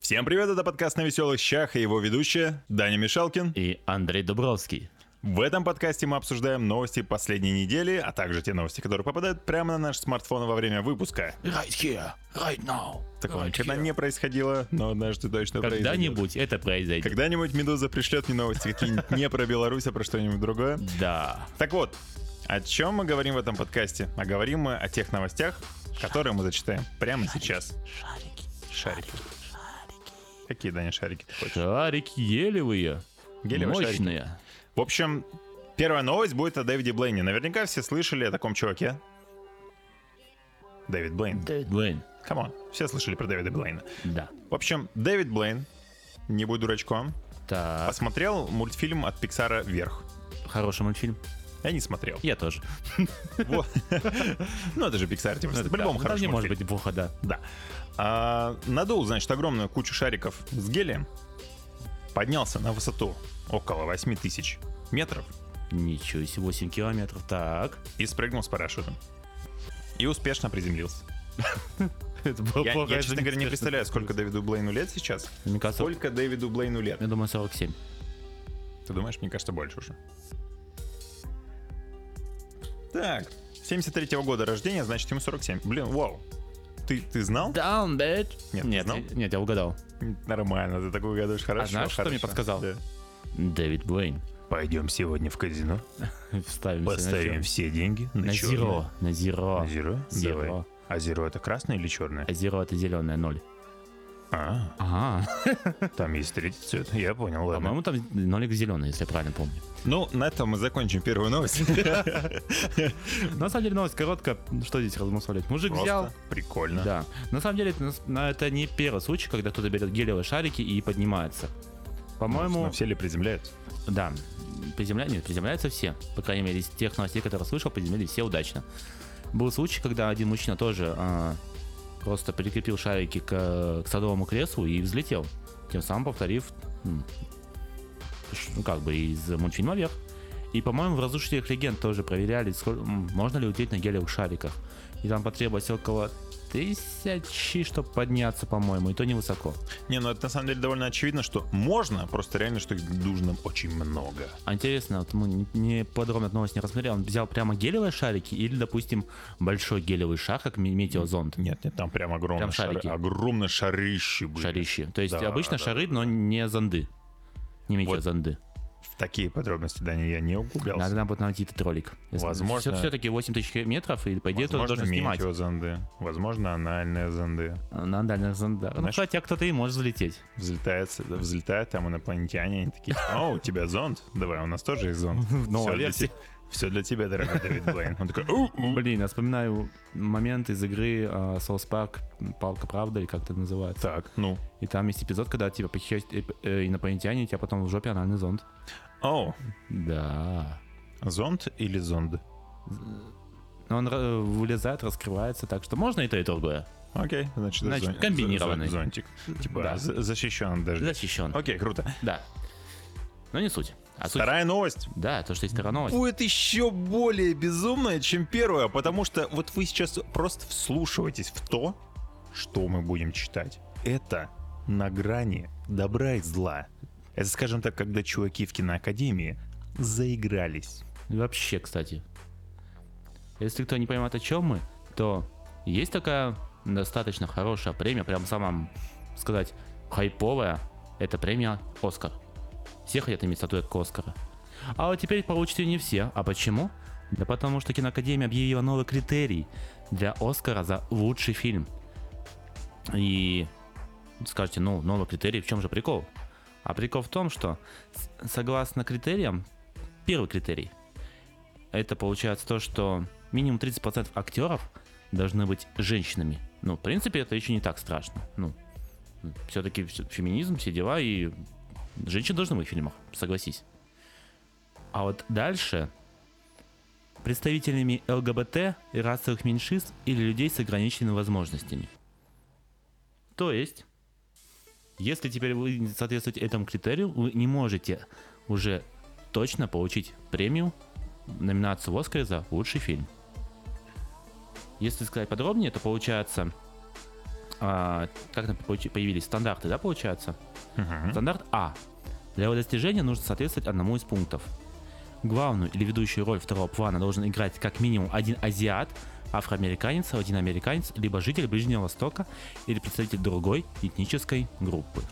Всем привет, это подкаст «На веселых щах» и его ведущая Даня Мишалкин. и Андрей Дубровский. В этом подкасте мы обсуждаем новости последней недели, а также те новости, которые попадают прямо на наш смартфон во время выпуска. Right here, right now. Такого никогда не происходило, но однажды точно произойдет. Когда-нибудь это произойдет. Когда-нибудь Медуза пришлет мне новости какие-нибудь не про Беларусь, а про что-нибудь другое. Да. Так вот, о чем мы говорим в этом подкасте? А говорим мы о тех новостях, которые мы зачитаем прямо сейчас. Шарики. Шарики. Какие, Даня, шарики ты хочешь? Шарики елевые. Гелевые шарики. мощные. В общем, первая новость будет о Дэвиде Блейне. Наверняка все слышали о таком чуваке. Дэвид Блейн. Дэвид Блейн. Камон, все слышали про Дэвида Блейна. Да. В общем, Дэвид Блейн, не будь дурачком, Так, посмотрел мультфильм от Пиксара «Вверх». хороший мультфильм. Я не смотрел. Я тоже. Вот. Ну, это же Пиксар, типа, Да, по-любому да, хороший не может мультфильм. быть неплохо, да. Да. А, надул, значит, огромную кучу шариков с гелием. Поднялся на высоту около 8 тысяч метров Ничего себе, 8 километров. Так. и спрыгнул с парашютом. И успешно приземлился. Это было Я, плохо, я, это честно говоря, не неспешно. представляю, сколько Дэвиду Блейну лет сейчас. Мне кажется, Сколько Дэвиду Блейну лет? я думаю, 47. Ты думаешь, мне кажется, больше уже. Так, 73-го года рождения, значит, ему 47. Блин, вау. Ты, ты знал? Down, bitch. Нет, ну. нет, знал? я- нет, я угадал. Нормально, ты такой угадываешь хорошо. А знаешь, что мне хорошо. подсказал? Да. Дэвид Блейн. Пойдем сегодня в казино, Вставим поставим все деньги на, на черное. зеро. На зеро. На зеро? Зеро. Давай. А зеро это красное или черное? А зеро это зеленая ноль. А, Ага. там есть третий цвет. Я понял, ладно. По-моему, там нолик зеленый, если я правильно помню. Ну, на этом мы закончим первую новость. На самом деле новость короткая. Что здесь размусолить? Мужик взял. Просто прикольно. Да. На самом деле это, нас- на- это не первый случай, когда кто-то берет гелевые шарики и поднимается. По-моему, Но все ли приземляются? да. Приземля... нет, приземляются все. По крайней мере, из тех новостей, которые слышал, приземлились все удачно. Был случай, когда один мужчина тоже а, просто прикрепил шарики к, э, к садовому креслу и взлетел. Тем самым повторив, м, ш- ну, как бы, из мультфильма вверх. И, по-моему, в «Разрушителях легенд» тоже проверяли, сколь- м, можно ли улететь на гелевых шариках. И там потребовалось около тысячи, чтобы подняться, по-моему, и то невысоко. Не, ну это на самом деле довольно очевидно, что можно, просто реально, что их нужно очень много. А интересно, вот мы не- не подробно эту новость не рассмотрели, он взял прямо гелевые шарики или, допустим, большой гелевый шар, как ме- метеозонд, Нет, нет, там прям огромные Прям шары. шарики. Огромные шарищи были. шарище. То есть Да, обычно да, шары, но не зонды. Не метеозонды. В такие подробности, да, я не углублялся. Надо нам будет найти этот ролик. Возможно. Все-таки 8 тысяч метров, и по идее это Возможно, должен снимать. метеозонды. Возможно, анальные зонды. На дальних зондах. Ну, Знаешь- кстати, а кто-то и может взлететь. Взлетает, взлетает там инопланетяне, они такие, о, у тебя зонд? Давай, у нас тоже есть зонд. Новая версия. Все для тебя, дорогой Дэвид Блейн. Он такой, «У, у». Блин, я вспоминаю момент из игры а, Souls Park, Палка Правда, или как это называется. так, ну, И там есть эпизод, когда тебя похищают э, э, инопланетяне, и тебя потом в жопе анальный зонд. о, Да. зонд или зонд? Но он э, вылезает, раскрывается, так что можно и то, и другое. Окей, значит, это Значит, зон- комбинированный. зон- зонтик. Типа, Да. за- защищен даже. Защищен. Окей, круто. Да. Но не суть. А суть... Вторая новость Да, то, что есть вторая новость. будет еще более безумная, чем первая, потому что вот вы сейчас просто вслушиваетесь в то, что мы будем читать. Это на грани добра и зла. Это, скажем так, когда чуваки в киноакадемии заигрались. И Вообще, кстати. Если кто не понимает, о чем мы, то есть такая достаточно хорошая премия, прям самая, сказать, хайповая. Это премия Оскар. Все хотят иметь статуэтку Оскара. А вот теперь получат ее не все. А почему? Да потому что киноакадемия объявила новый критерий для Оскара за лучший фильм. И скажете, ну, новый критерий, в чем же прикол? А прикол в том, что с- согласно критериям, первый критерий, это получается то, что минимум 30% актеров должны быть женщинами. Ну, в принципе, это еще не так страшно. Ну, все-таки феминизм, все дела, и женщины должны быть в фильмах, согласись. А вот дальше представителями ЛГБТ и расовых меньшинств или людей с ограниченными возможностями. То есть, если теперь вы не соответствуете этому критерию, вы не можете уже точно получить премию номинацию в Оскаре за лучший фильм. Если сказать подробнее, то получается а, как там получи- появились стандарты, да, получается? Мгм. Стандарт А. Для его достижения нужно соответствовать одному из пунктов. Главную или ведущую роль второго плана должен играть как минимум один азиат, афроамериканец, латиноамериканец, либо житель Ближнего Востока или представитель другой этнической группы.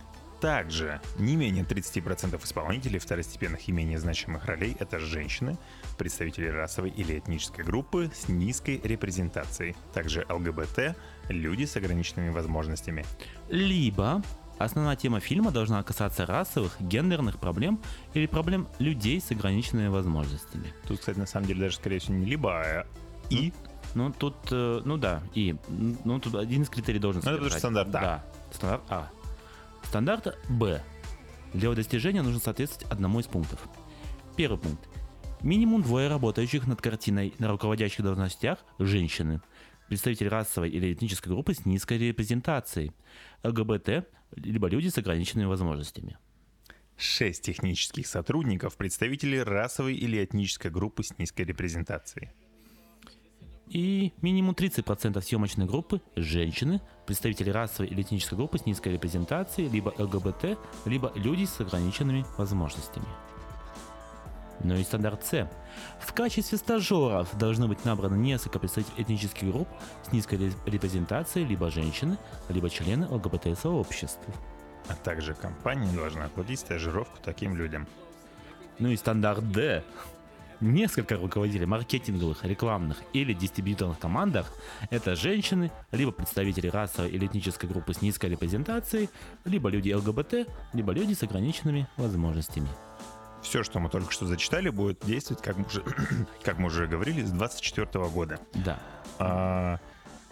Также не менее 30% исполнителей второстепенных и менее значимых ролей — это женщины, представители расовой или этнической группы с низкой репрезентацией, также ЛГБТ, люди с ограниченными возможностями. Либо основная тема фильма должна касаться расовых, гендерных проблем или проблем людей с ограниченными возможностями. Тут, кстати, на самом деле даже, скорее всего, не либо, а и. Ну тут, э, ну да, и, м, ну тут один из критерий должен Ну, это потому что содержать. стандарт А. Да, стандарт А. Стандарт Б. Для его достижения нужно соответствовать одному из пунктов. Первый пункт. Минимум двое работающих над картиной на руководящих должностях женщины. Представитель расовой или этнической группы с низкой репрезентацией. ЛГБТ, либо люди с ограниченными возможностями. Шесть технических сотрудников — представители расовой или этнической группы с низкой репрезентацией. И минимум 30% съемочной группы – женщины, представители расовой или этнической группы с низкой репрезентацией, либо ЛГБТ, либо люди с ограниченными возможностями. Ну и стандарт С. В качестве стажеров должны быть набраны несколько представителей этнических групп с низкой реп- репрезентацией, либо женщины, либо члены ЛГБТ-сообществ. А также компания должна оплатить стажировку таким людям. Ну и стандарт D. Несколько руководителей маркетинговых, рекламных или дистрибьюторных командах – это женщины, либо представители расовой или этнической группы с низкой репрезентацией, либо люди ЛГБТ, либо люди с ограниченными возможностями. Все, что мы только что зачитали, будет действовать, как мы уже, как мы уже говорили, с 2024 года. Да. А,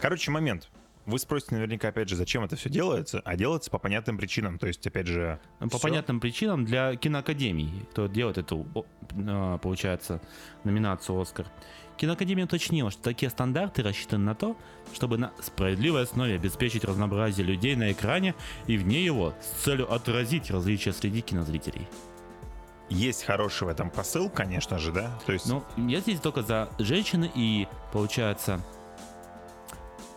Короче, момент. Вы спросите наверняка, опять же, зачем это все делается, а делается по понятным причинам. То есть, опять же, Ну, По всё. понятным причинам для киноакадемии, кто делает эту, о, а, получается, номинацию «Оскар», киноакадемия уточнила, что такие стандарты рассчитаны на то, чтобы на справедливой основе обеспечить разнообразие людей на экране и вне его с целью отразить различия среди кинозрителей. есть хороший в этом посыл, конечно же, да? То есть, Ну, я здесь только за женщины и, получается,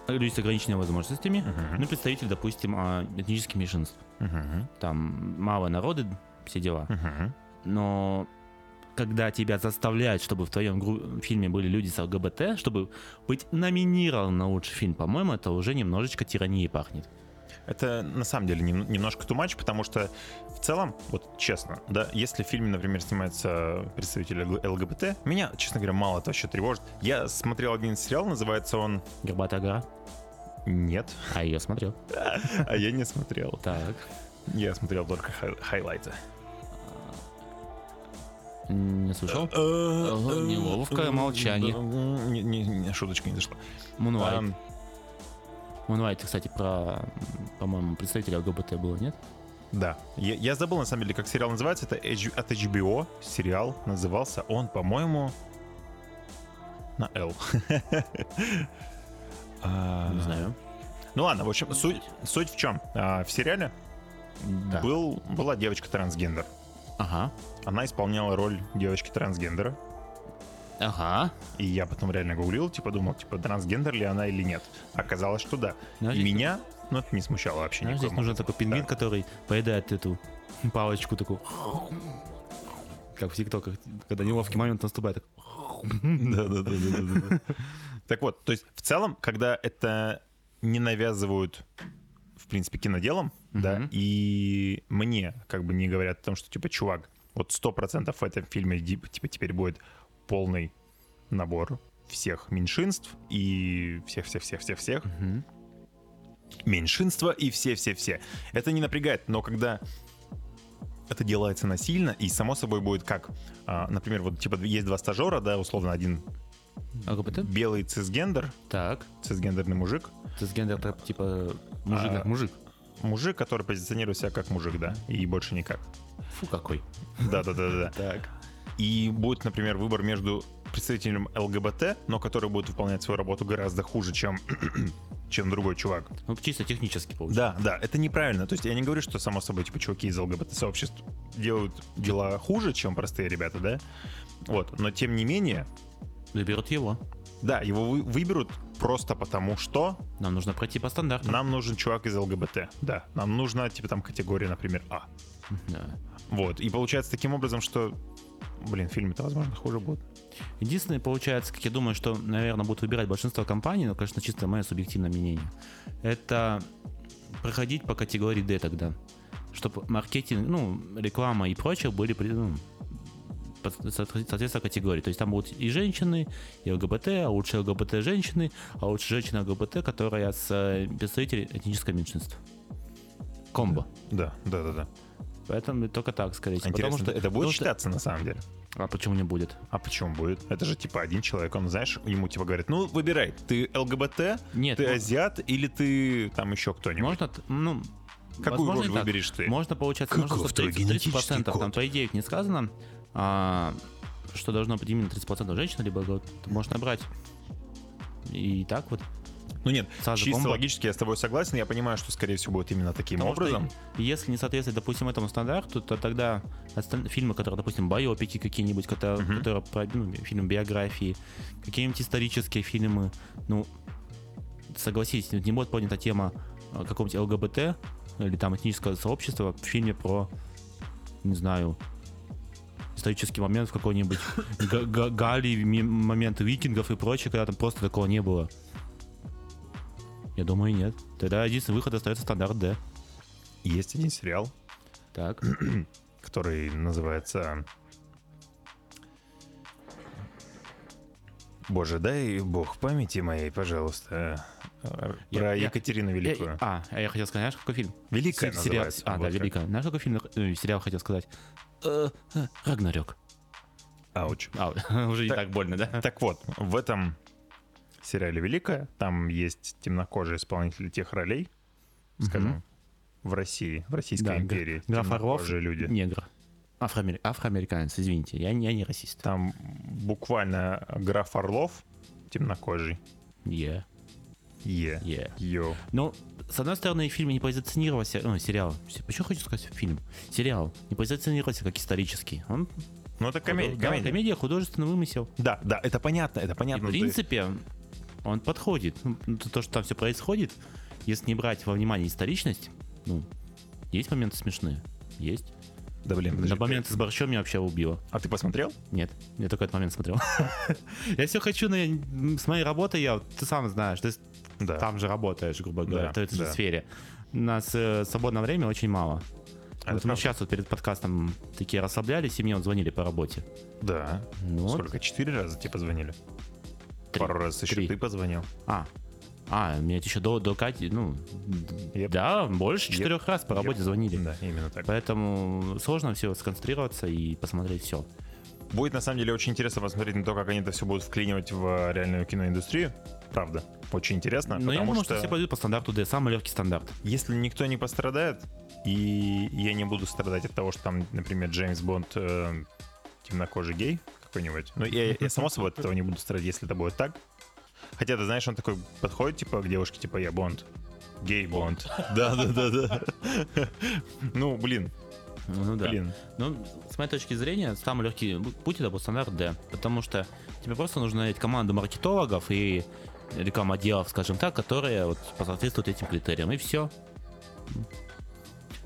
люди с ограниченными возможностями, Мгм. ну, представитель, допустим, а, этнических меньшинств. Мгм, Там мало народы, все дела. мгм. но когда тебя заставляют, чтобы в твоем гру- фильме были люди с ЛГБТ, чтобы быть номинирован на лучший фильм, по-моему, это уже немножечко тирании пахнет. Это на самом деле нем- немножко too much, потому что в целом, вот честно, да, если в фильме, например, снимается представитель Л- ЛГБТ, меня, честно говоря, мало это вообще тревожит. Я смотрел один сериал, называется он Горбатая гора. Нет, А я смотрел. а я не смотрел. Так. Я смотрел только хай- хайлайты. Не слышал? Э, неловкое молчание. э, Не- не- не, Шуточка не дошла. Мунлайт. Эм, Мунлайт, кстати, про, по-моему, представителя ЛГБТ было, нет? Да. Я, я забыл, на самом деле, как сериал называется. Это H- от HBO сериал. Назывался он, по-моему, на L. А, Не знаю. Ну ладно, в общем, суть, суть в чем? А, В сериале Да. был, была девочка-трансгендер. Ага. Она исполняла роль девочки-трансгендера. Ага. И я потом реально гуглил, типа думал, типа, трансгендер ли она или нет. Оказалось, что да. Ну, а И здесь- меня, ну, это не смущало вообще Знаешь, здесь никаким нужен такой пингвин, Да. который поедает эту палочку такую. Как в ТикТоках, когда неловкий момент наступает. так. Да-да-да. Так вот, то есть в целом, когда это не навязывают, в принципе, киноделом, да, Мгм. и мне как бы не говорят о том, что, типа, чувак, вот 100% в этом фильме, ди- типа, теперь будет полный набор всех меньшинств и всех-всех-всех-всех-всех Мгм. меньшинства и все-все-все. Это не напрягает, но когда это делается насильно, и само собой будет как, а, например, вот типа есть два стажера, да, условно один ЛГБТ? белый цисгендер, Так. цисгендерный мужик, Цисгендер так, типа мужик А. как мужик. мужик, который позиционирует себя как мужик, да, и больше никак. Фу какой. Да-да-да-да. Так. И будет, например, выбор между представителем ЛГБТ, но который будет выполнять свою работу гораздо хуже, чем чем другой чувак. Ну, чисто технически получается. Да, да, это неправильно. То есть я не говорю, что само собой, типа, чуваки из ЛГБТ-сообществ делают дела хуже, чем простые ребята, да? Вот, но тем не менее, Выберут его. Да, его вы- выберут просто потому, что Нам нужно пройти по стандартам. нам нужен чувак из ЛГБТ. Да, нам нужна, типа, там категория, например, А. Да. Вот, и получается таким образом, что, блин, фильм-то, возможно, хуже будет. Единственное, получается, как я думаю, что, наверное, будут выбирать большинство компаний, но, конечно, чисто мое субъективное мнение, это проходить по категории D тогда, чтобы маркетинг, ну, реклама и прочее были при- ну, под- соответ- соответственно категории. То есть там будут и женщины, и ЛГБТ, а лучше ЛГБТ женщины, а лучше женщина ЛГБТ, которая с э, представителей этнического меньшинства. Комбо. Да, да, да, да. Поэтому только так, скорее всего. Интересно, Ну, Потому что- это будет потому что- считаться на самом деле? А почему не будет? А почему будет? Это же типа один человек, он, знаешь, ему типа говорит, ну, выбирай, ты ЛГБТ, Нет, ты ну- азиат или ты там еще кто-нибудь? Можно, т- ну, Какую возможно, роль и так. выберешь ты? Можно, получается, Каков можно, что твой 30, 30 генетический код? там по идее не сказано, а, что должно быть именно 30% женщин, либо вот ты можешь набрать. И так вот. Ну нет, Сразу чисто бомба. логически я с тобой согласен, я понимаю, что, скорее всего, будет именно таким Потому образом. что если не соответствует, допустим, этому стандарту, то тогда остальные фильмы, которые, допустим, биопики какие-нибудь, которые, Мгм. которые про, ну, фильм биографии, какие-нибудь исторические фильмы, ну, согласитесь, не будет поднята тема э, какого-нибудь ЛГБТ или там этнического сообщества в фильме про, не знаю, исторический момент в какой-нибудь га- га- Галлии, ми- момент викингов и прочее, когда там просто такого не было. Я думаю, нет. Тогда единственный выход остается стандарт D. Есть один сериал, Так. который называется... Боже, дай бог памяти моей, пожалуйста, э, Я- про я- Екатерину Великую. Я- а, а я хотел сказать, знаешь, какой фильм? Великая Се- сериал. называется. А, вот да, как. великая. Знаешь, какой фильм, э, сериал хотел сказать? Э, э, Рагнарёк. Ауч. А, уже не Так- так больно, да? Так вот, в этом сериале «Великая» там есть темнокожие исполнители тех ролей, скажем, в России, в Российской Да, империи. Граф Орлов, темнокожие люди. негр. Афроамер- Афроамериканец, извините, я, не- я не расист. Там буквально граф Орлов темнокожий. Е, Е. е. Йо. Ну, с одной стороны, фильм не позиционировался, ну, сериал, Се- почему хочу сказать фильм? Сериал не позиционировался как исторический. Он Ну это коме- Да, комедия. комедия, художественный вымысел. Да, да, это понятно, это И, ну, понятно. А в Ты- принципе, он подходит. Ну, то, то, что там все происходит, если не брать во внимание историчность, ну, есть моменты смешные. Есть. Да блин, подожди, На ты- момент с борщом меня вообще убило. А ты посмотрел? Нет, я только этот момент смотрел. Я все хочу, но я не- с моей работой я, ты сам знаешь, ты с- Да. там же работаешь, грубо Да, говоря, в этой же да. сфере. У нас э, свободного времени очень мало. А Это Вот мы правда. сейчас вот перед подкастом такие расслаблялись, и мне вот звонили по работе. Да. Ну вот, Сколько? Четыре раза тебе позвонили? три. Пару раз еще Три. ты позвонил. А, а, мне это еще до, до Кати, ну, Еп. да, больше Еп. четырех раз по работе Еп. звонили. Да, именно так. Поэтому сложно все сконцентрироваться и посмотреть все. Будет на самом деле очень интересно посмотреть на то, как они это все будут вклинивать в э, реальную киноиндустрию. Правда. Очень интересно, Но Ну, А, я потому думаю, что... что, все пойдут по стандарту D, самый легкий стандарт. если никто не пострадает, и я не буду страдать от того, что там, например, Джеймс Бонд э, темнокожий гей какой-нибудь. Ну, я, я само собой от этого не буду страдать, если это будет так. Хотя, ты знаешь, он такой подходит, типа, к девушке, типа, я Бонд. Гей-Бонд. Да-да-да-да. Ну, блин, Ну да. блин. Ну, с моей точки зрения, самый легкий путь это был стандарт D. Потому что тебе просто нужно иметь команду маркетологов и рекламоделов, скажем так, которые вот соответствуют этим критериям. И все.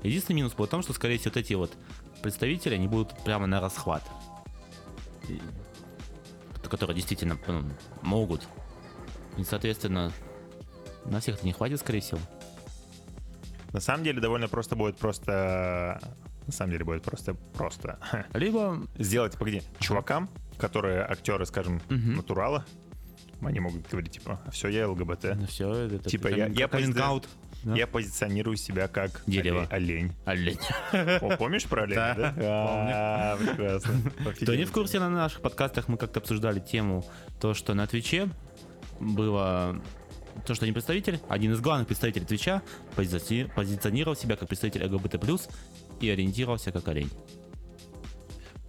Единственный минус был в том, что, скорее всего, вот эти вот представители, они будут прямо на расхват. И- Которые действительно ну, могут. И, соответственно, на всех это не хватит, скорее всего. На самом деле, довольно просто будет просто... На самом деле будет просто просто. Либо сделать, погоди, чувакам, которые актеры, скажем, Мгм. натурала, они могут говорить, типа, все, я ЛГБТ. все это... Типа, я- я каминг-аут. Да. Я позиционирую себя как Дерево. олень. Олень. олень. О, помнишь про оленя, да? А, прекрасно. Кто не в курсе, на наших подкастах мы как-то обсуждали тему, то, что на Твиче было то, что один представитель, один из главных представителей Твича пози- позиционировал себя как представитель ЛГБТ+, и ориентировался как олень.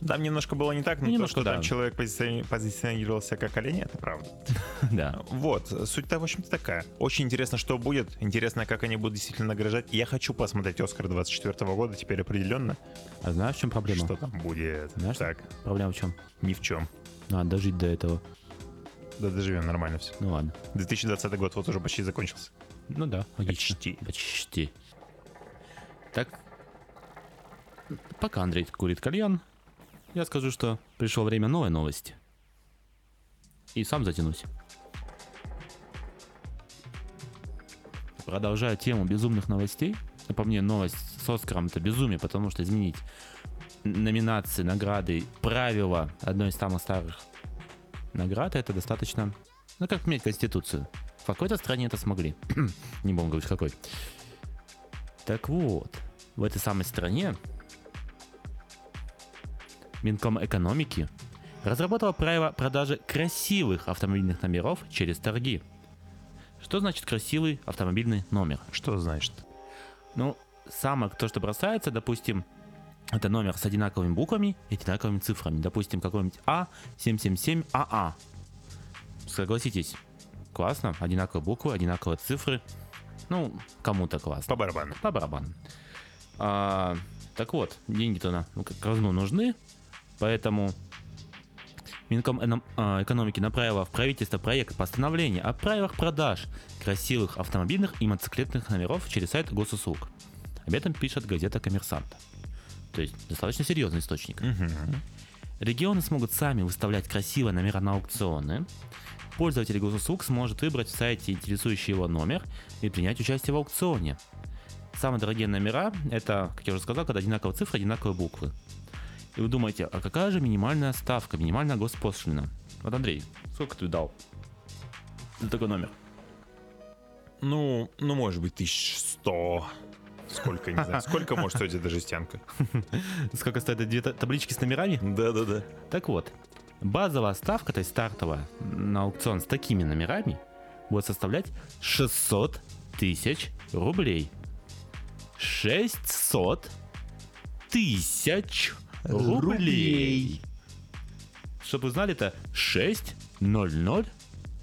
Там немножко было не так, но то, Ну, немножко, что там да. человек позициони- позиционировался как олень, это правда. Да. Вот, суть-то, в общем-то, такая. Очень интересно, что будет. Интересно, как они будут действительно награждать. Я хочу посмотреть «Оскар» 24 года теперь определенно. А знаешь, в чем проблема? Что там будет? Знаешь, Так, Проблема в чем? ни в чем. Надо дожить до этого. Да доживем, нормально все. Ну ладно. 2020 год вот уже почти закончился. Ну да, логично. Почти. Почти. Так. Пока Андрей курит кальян, я скажу, что пришло время новой новости. И сам затянусь. Продолжая тему безумных новостей, ну, по мне новость с Оскаром это безумие, потому что изменить н- номинации, награды, правила одной из самых старых наград это достаточно, ну как менять конституцию. В какой-то стране это смогли. Не могу говорить какой. Так вот, в этой самой стране Минком экономики разработала правило продажи красивых автомобильных номеров через торги. Что значит красивый автомобильный номер? Что значит? Ну, самое то, что бросается, допустим, это номер с одинаковыми буквами и одинаковыми цифрами. Допустим, какой-нибудь А А777АА. А Согласитесь, классно, одинаковые буквы, одинаковые цифры. Ну, кому-то классно По барабану. по барабану. А, так вот, деньги-то на, ну, как разну нужны, поэтому Минком эном- а, экономики направила в правительство проект постановления о правилах продаж красивых автомобильных и мотоциклетных номеров через сайт госуслуг. Об этом пишет газета «Коммерсант». То есть достаточно серьезный источник. Мгм. Регионы смогут сами выставлять красивые номера на аукционы. Пользователь госуслуг сможет выбрать в сайте интересующий его номер и принять участие в аукционе. Самые дорогие номера – это, как я уже сказал, когда одинаковые цифры, одинаковые буквы. И вы думаете, а какая же минимальная ставка, минимальная госпошлина? Вот, Андрей, сколько ты дал за такой номер? Ну, ну, может быть, 1100. Сколько, не знаю. Сколько может стоить эта жестянка? Сколько стоят эти две та- таблички с номерами? Да-да-да. Так вот, базовая ставка, то есть стартовая, на аукцион с такими номерами будет составлять 600 тысяч рублей. 600 тысяч рублей. Рублей. Чтобы вы знали, это 6 0 0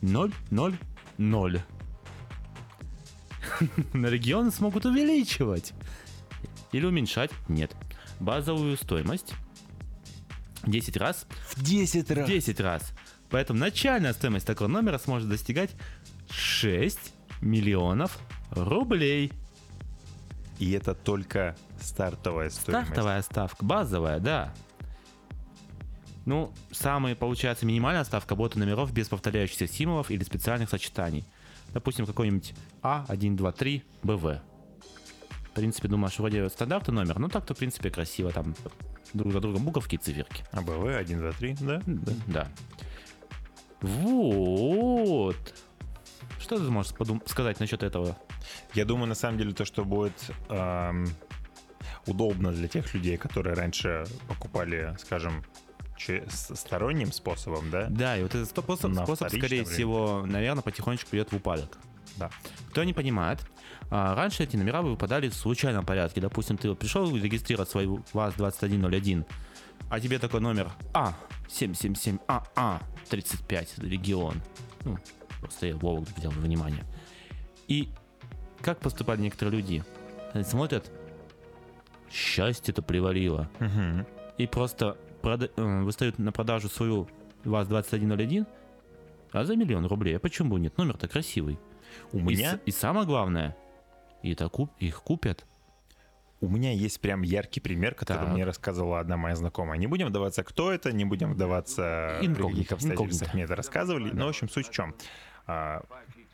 0 0 0. На регионы смогут увеличивать. Или уменьшать? Нет. Базовую стоимость 10 раз В 10 раз. 10 раз. Поэтому начальная стоимость такого номера сможет достигать 6 миллионов рублей. И это только стартовая стоимость. Стартовая ставка, базовая, да. Ну, самые, получается, минимальная ставка будет у номеров без повторяющихся символов или специальных сочетаний. Допустим, какой-нибудь А А123 БВ. В принципе, думаешь, вроде стандартный номер, но так-то, в принципе, красиво там друг за другом буковки и циферки. АБВ 1, 2, 3, да? Да. Вот. Что ты можешь подум- сказать насчет этого? Я думаю, на самом деле, то, что будет эм, удобно для тех людей, которые раньше покупали, скажем, че- с- сторонним способом, да? Да, и вот этот спо- способ, На способ, вторичном скорее рынке. всего, наверное, потихонечку придет в упадок. Да. Кто не понимает, а, раньше эти номера выпадали в случайном порядке. Допустим, ты вот пришел регистрировать свой ВАЗ-2101, а тебе такой номер А А777АА35 А регион. Ну, просто я Вову взял во внимание. И как поступали некоторые люди? Они Смотрят, счастье-то привалило Мгм. и просто прода- э, выставит на продажу свою ВАЗ-2101, а за миллион рублей. А почему бы нет? Номер-то красивый. У И с- меня И, самое главное, и это куп- их купят. У меня есть прям яркий пример, который Так. мне рассказывала одна моя знакомая. Не будем вдаваться, кто это, не будем вдаваться, при Инкогнито, каких обстоятельствах инкогнито. мне это рассказывали. Но, в общем, суть в чем. А,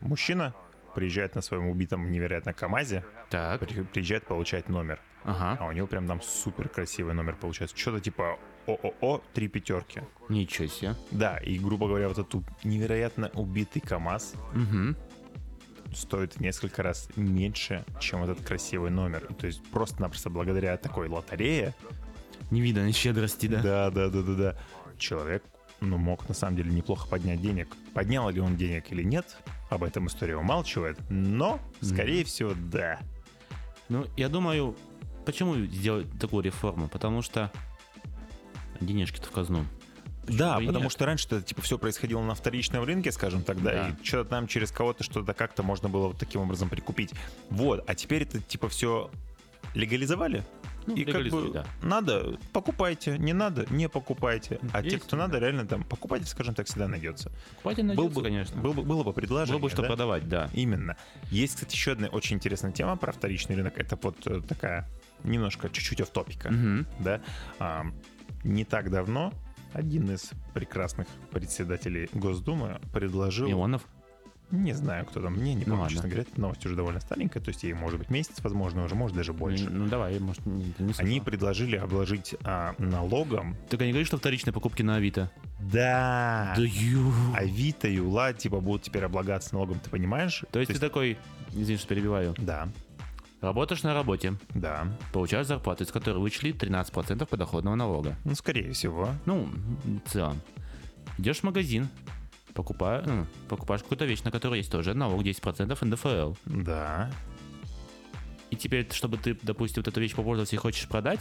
мужчина приезжает на своем убитом невероятно КАМАЗе, Так. при- приезжает получать номер. Ага. А у него прям там супер красивый номер получается. Что-то типа ООО три пятерки. Ничего себе. Да, и, грубо говоря, вот этот у- невероятно убитый КАМАЗ Мгм. стоит в несколько раз меньше, чем этот красивый номер. То есть просто-напросто благодаря такой лотерее Невиданной щедрости, да? Да, да, да, да, да. Человек, ну, мог на самом деле неплохо поднять денег. Поднял ли он денег или нет, об этом история умалчивает, но, скорее всего, да. Ну, я думаю, почему сделать такую реформу? Потому что денежки-то в казну. Почему да, бы и потому нет? что раньше это типа все происходило на вторичном рынке, скажем так, да, Да. и что-то там через кого-то что-то как-то можно было вот таким образом прикупить. Вот, а теперь это типа все легализовали. Ну, и как бы легализуй, да. надо, покупайте, не надо, не покупайте. А те, Есть, кто надо, реально там покупатель, скажем так, всегда найдется. Покупатель найдется, конечно. был бы- было бы предложение. Было бы что да? продавать, да. Именно. Есть, кстати, еще одна очень интересная тема про вторичный рынок. Это вот э, такая немножко чуть-чуть автопика. Мгм. Да? А, не так давно один из прекрасных председателей Госдумы предложил... Миллионов. Не знаю, кто там, мне не Ну помню, ладно. честно говоря, эта новость уже довольно старенькая, то есть ей может быть месяц, возможно, уже, может даже больше. Ну давай, может, не, не слышал. Они предложили обложить а, налогом. Только не говори, что вторичные покупки на Авито. Да. А ю. Авито и Ула типа будут теперь облагаться налогом, ты понимаешь? То есть ты такой, извини, что перебиваю, Да, работаешь на работе, да. получаешь зарплату, из которой вычли 13% подоходного налога. Ну, скорее всего. Ну, в целом. Идешь в магазин, покупа- ну, покупаешь какую-то вещь, на которой есть тоже налог 10% НДФЛ. Да. И теперь, чтобы ты, допустим, вот эту вещь попользовался и хочешь продать,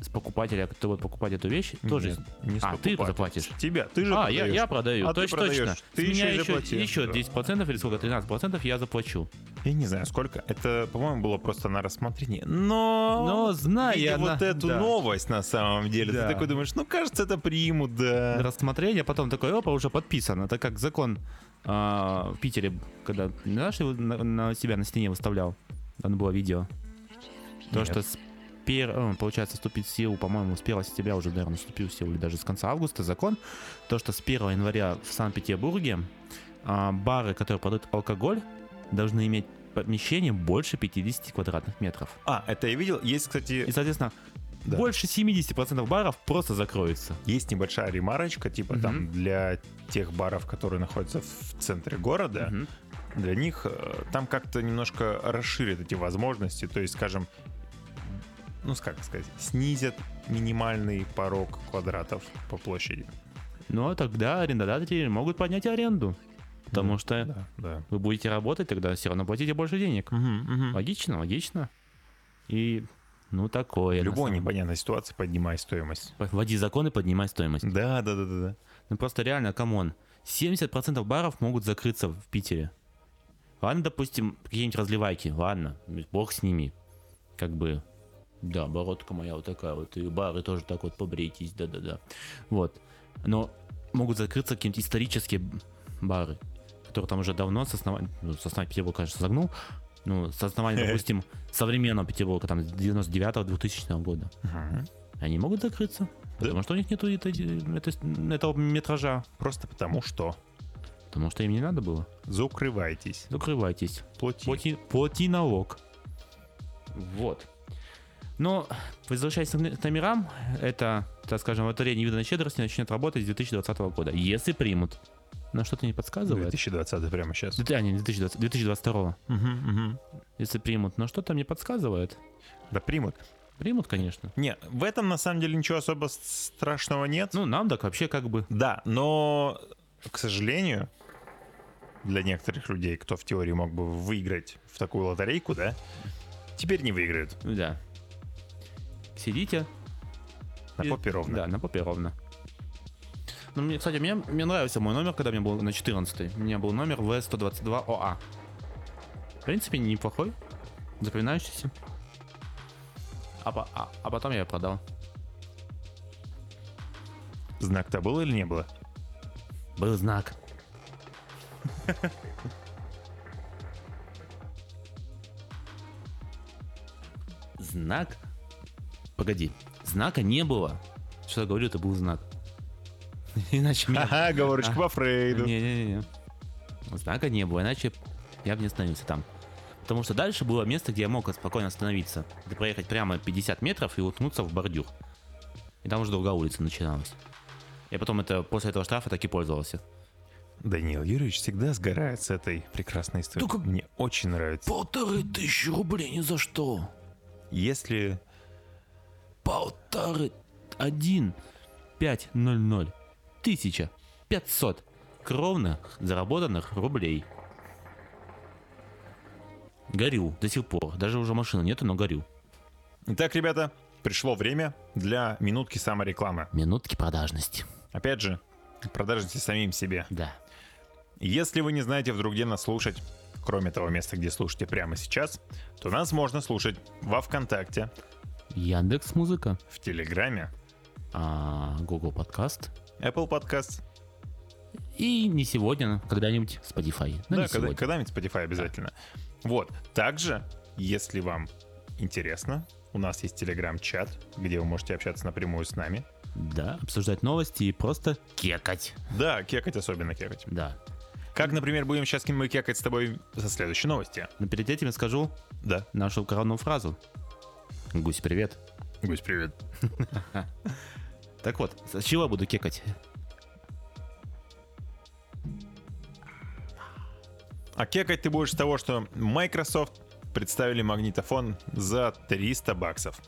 с покупателя, кто будет покупать эту вещь, тоже... Нет, не с а, ты покупателя. заплатишь. Тебя, ты же А, я, продаешь. я продаю, А ты точно, продаешь. точно. Ты С еще меня и еще, заплатил, еще да. 10% или сколько, 13% я заплачу. Я не знаю, сколько. Это, по-моему, было просто на рассмотрении. Но... Но зная Видя она- Ну, вот эту да. новость, на самом деле, Да. ты такой думаешь, ну, кажется, это примут, да. рассмотрение, потом такой, опа, уже подписано. Это как закон а, в Питере, когда, знаешь, его на, на себя на стене выставлял, там было видео. То, Нет. что с пер- э, получается вступит в силу, по-моему, с 1 сентября уже, наверное, вступил в силу, или даже с конца августа закон, то, что с 1 января в Санкт-Петербурге а, бары, которые продают алкоголь, должны иметь помещение больше 50 квадратных метров. А, это я видел. Есть, кстати, И, соответственно, Да. больше 70% баров просто закроется. Есть небольшая ремарочка, типа Мгм. там для тех баров, которые находятся в центре города, Мгм. для них э, там как-то немножко расширят эти возможности, то есть, скажем, ну, с- как сказать, снизят минимальный порог квадратов по площади. Но тогда арендодатели могут поднять аренду. Потому Ну, что Да, да. вы будете работать, тогда все равно платите больше денег. Логично, логично. И ну такое. на Любой самом- непонятной ситуации поднимай стоимость. Вводи законы, поднимай стоимость. Да, да, да, да, да. Ну просто реально, камон. 70% баров могут закрыться в Питере. Ладно, допустим, какие-нибудь разливайки. Ладно, бог с ними. Как бы, да, бородка моя вот такая вот. И бары тоже так вот побрейтесь, да-да-да. Вот. Но могут закрыться какие-нибудь исторические б- бары, которые там уже давно с основания... Ну, с основания Петербурга, конечно, загнул. Ну, с основания, допустим, современного Петербурга, там, с 99-2000 года. Мгм. Они могут закрыться, потому что у них нету этой- этой- этого метража. Просто потому что Потому что им не надо было. закрывайтесь, Закрывайтесь. плати. Плати, плати налог. Вот. Но, возвращаясь к н- к номерам, это, так скажем, лотерея невиданной щедрости начнет работать с 2020 года. Если примут. Но что-то не подсказывает. 2020 прямо сейчас. Да, не 2020, 2022. Если примут. Но что-то мне подсказывает. Да примут. Примут, конечно. Не, в этом на самом деле ничего особо с- страшного нет. Ну, нам так вообще как бы... Да, но, к сожалению, для некоторых людей, кто в теории мог бы выиграть в такую лотерейку, да, теперь не выиграют. ну Да. Сидите, На И- попе ровно. Да, на попе ровно. Ну, мне, кстати, мне, мне нравился мой номер, когда мне был на 14 У меня был номер В122ОА. А. В принципе, неплохой. Запоминающийся. А, по- а- а потом я его продал. Знак-то был или не было? Был знак. Знак? Погоди. Знака не было. Что я говорю, это был знак. Иначе меня Ага, говорочка по Фрейду. Не-не-не. Знака не было, иначе я бы не остановился там. Потому что дальше было место, где я мог спокойно остановиться. Это проехать прямо 50 метров и уткнуться в бордюр. И там уже другая улица начиналась. Я потом это, после этого штрафа так и пользовался. Даниил Юрьевич всегда сгорает с этой прекрасной историей. Только- Мне очень нравится. Полторы тысячи рублей ни за что. Если... Полторы... Один. Пять. Ноль. Ноль. Тысяча. Пятьсот. Кровных заработанных рублей. Горю до сих пор. Даже уже машины нету, но горю. Итак, ребята, пришло время для минутки саморекламы. Минутки продажности. Опять же, продажите самим себе. Да. Если вы не знаете, вдруг где нас слушать, кроме того места, где слушаете прямо сейчас, то нас можно слушать во ВКонтакте, Яндекс Музыка, в Телеграме, а, Google Подкаст Apple Podcast, и не сегодня, когда-нибудь Spotify. Но да, когда- не сегодня. когда-нибудь Spotify обязательно. Вот. Также, если вам интересно, у нас есть телеграм-чат, где вы можете общаться напрямую с нами. Да, обсуждать новости и просто кекать. Да, кекать особенно кекать. Да. Как, например, будем сейчас мы кекать с тобой со следующей новости. Но перед этим я скажу Да. нашу коронную фразу. Гусь, привет. Гусь, привет. Так вот, с чего я буду кекать? А кекать ты будешь с того, что Microsoft представили магнитофон за 300 баксов.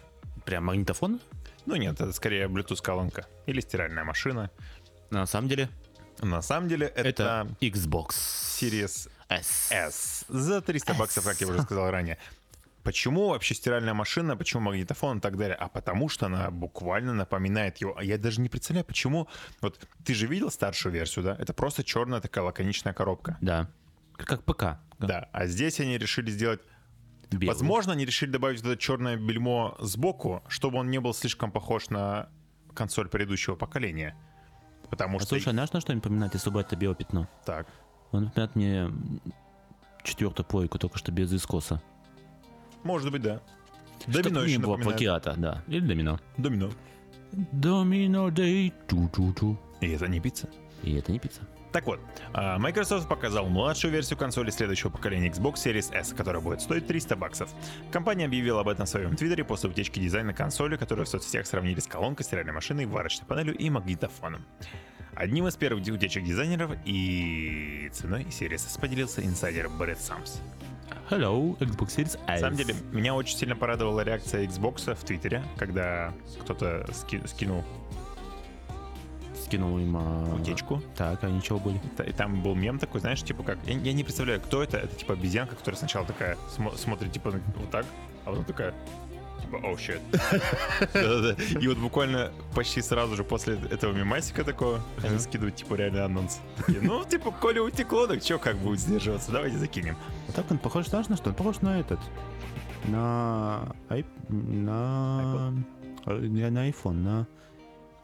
Прям магнитофон? Ну нет, это скорее Bluetooth колонка или стиральная машина. На самом деле, На самом деле это, это Xbox Series S. S за 300 баксов, как я уже сказал ранее. Почему вообще стиральная машина, почему магнитофон и так далее? А потому что она буквально напоминает его. А Я даже не представляю, почему... Вот ты же видел старшую версию, да? Это просто черная такая лаконичная коробка. Да. Как ПК. Да, а здесь они решили сделать... Белый. Возможно, они решили добавить вот это черное бельмо сбоку, чтобы он не был слишком похож на консоль предыдущего поколения. Потому А что... слушай, а знаешь, на что мне напоминает, если бы это белое пятно? Так, Он напоминает мне четвертую плойку, только что без искоса. может быть, да. Чтоб Домино не еще было напоминает. плагиата, да. Или домино. Домино. Домино дей. Ту-ту-ту. И это не пицца. И это не пицца. Так вот, а, Microsoft показал младшую версию консоли следующего поколения Xbox Series S, которая будет стоить 300 баксов. Компания объявила об этом в своем твиттере после утечки дизайна консоли, которую в соцсетях сравнили с колонкой, стиральной машиной, варочной панелью и магнитофоном. Одним из первых ди- утечек дизайнеров и ценой Series S поделился инсайдер Брэд Самс. Hello, Xbox Series На S. самом деле, меня очень сильно порадовала реакция Xbox в твиттере, когда кто-то ски- скинул скинул им... а, утечку. Так, а ничего были. Та- И там был мем такой, знаешь, типа как... Я, я не представляю, кто это. Это типа обезьянка, которая сначала такая смо- смотрит типа на- вот так, а потом такая... Типа, оу, щит. Да-да-да. И вот буквально почти сразу же после этого мемасика такого они скидывают, типа, реально анонс. Такие, Ну, типа, Коля утекло, так чё, как будет сдерживаться? Давайте закинем. А так он похож, знаешь, на что? Он похож на этот. На... Ай... На... а, не, На iPhone, на...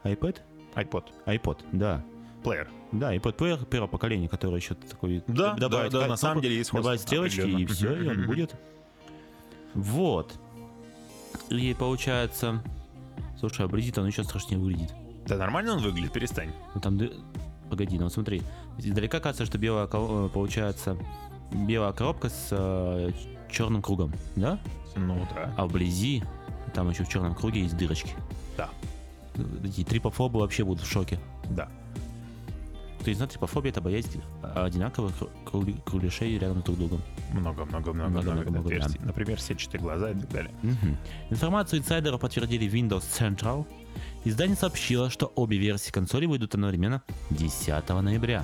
iPad? iPod. iPod, да. Плеер. Да, iPod Player первого поколения, который еще такой... Да, доб- да, добавить да, на кнопку, самом деле есть сходство, Добавить стрелочки, и определенно. все, и он Мгм. будет. Вот. И получается... Слушай, а Бризит, он еще страшнее выглядит. Да нормально он выглядит, перестань. Ну там... ды- Погоди, ну вот смотри. Издалека кажется, что белая... кол- э, Получается белая коробка с черным кругом, да? Ну да. А вблизи, там еще в черном круге есть дырочки. Да. Эти трипофобы вообще будут в шоке. Да. Ты знаешь, трипофобия это боязнь одинаковых кру- кругляшей рядом друг с другом. Много-много-много-много Много-много-много, да. отверстий. Например, сетчатые глаза и так далее. Мгм. Информацию инсайдера подтвердили Windows Central. Издание сообщило, что обе версии консоли выйдут одновременно 10 ноября.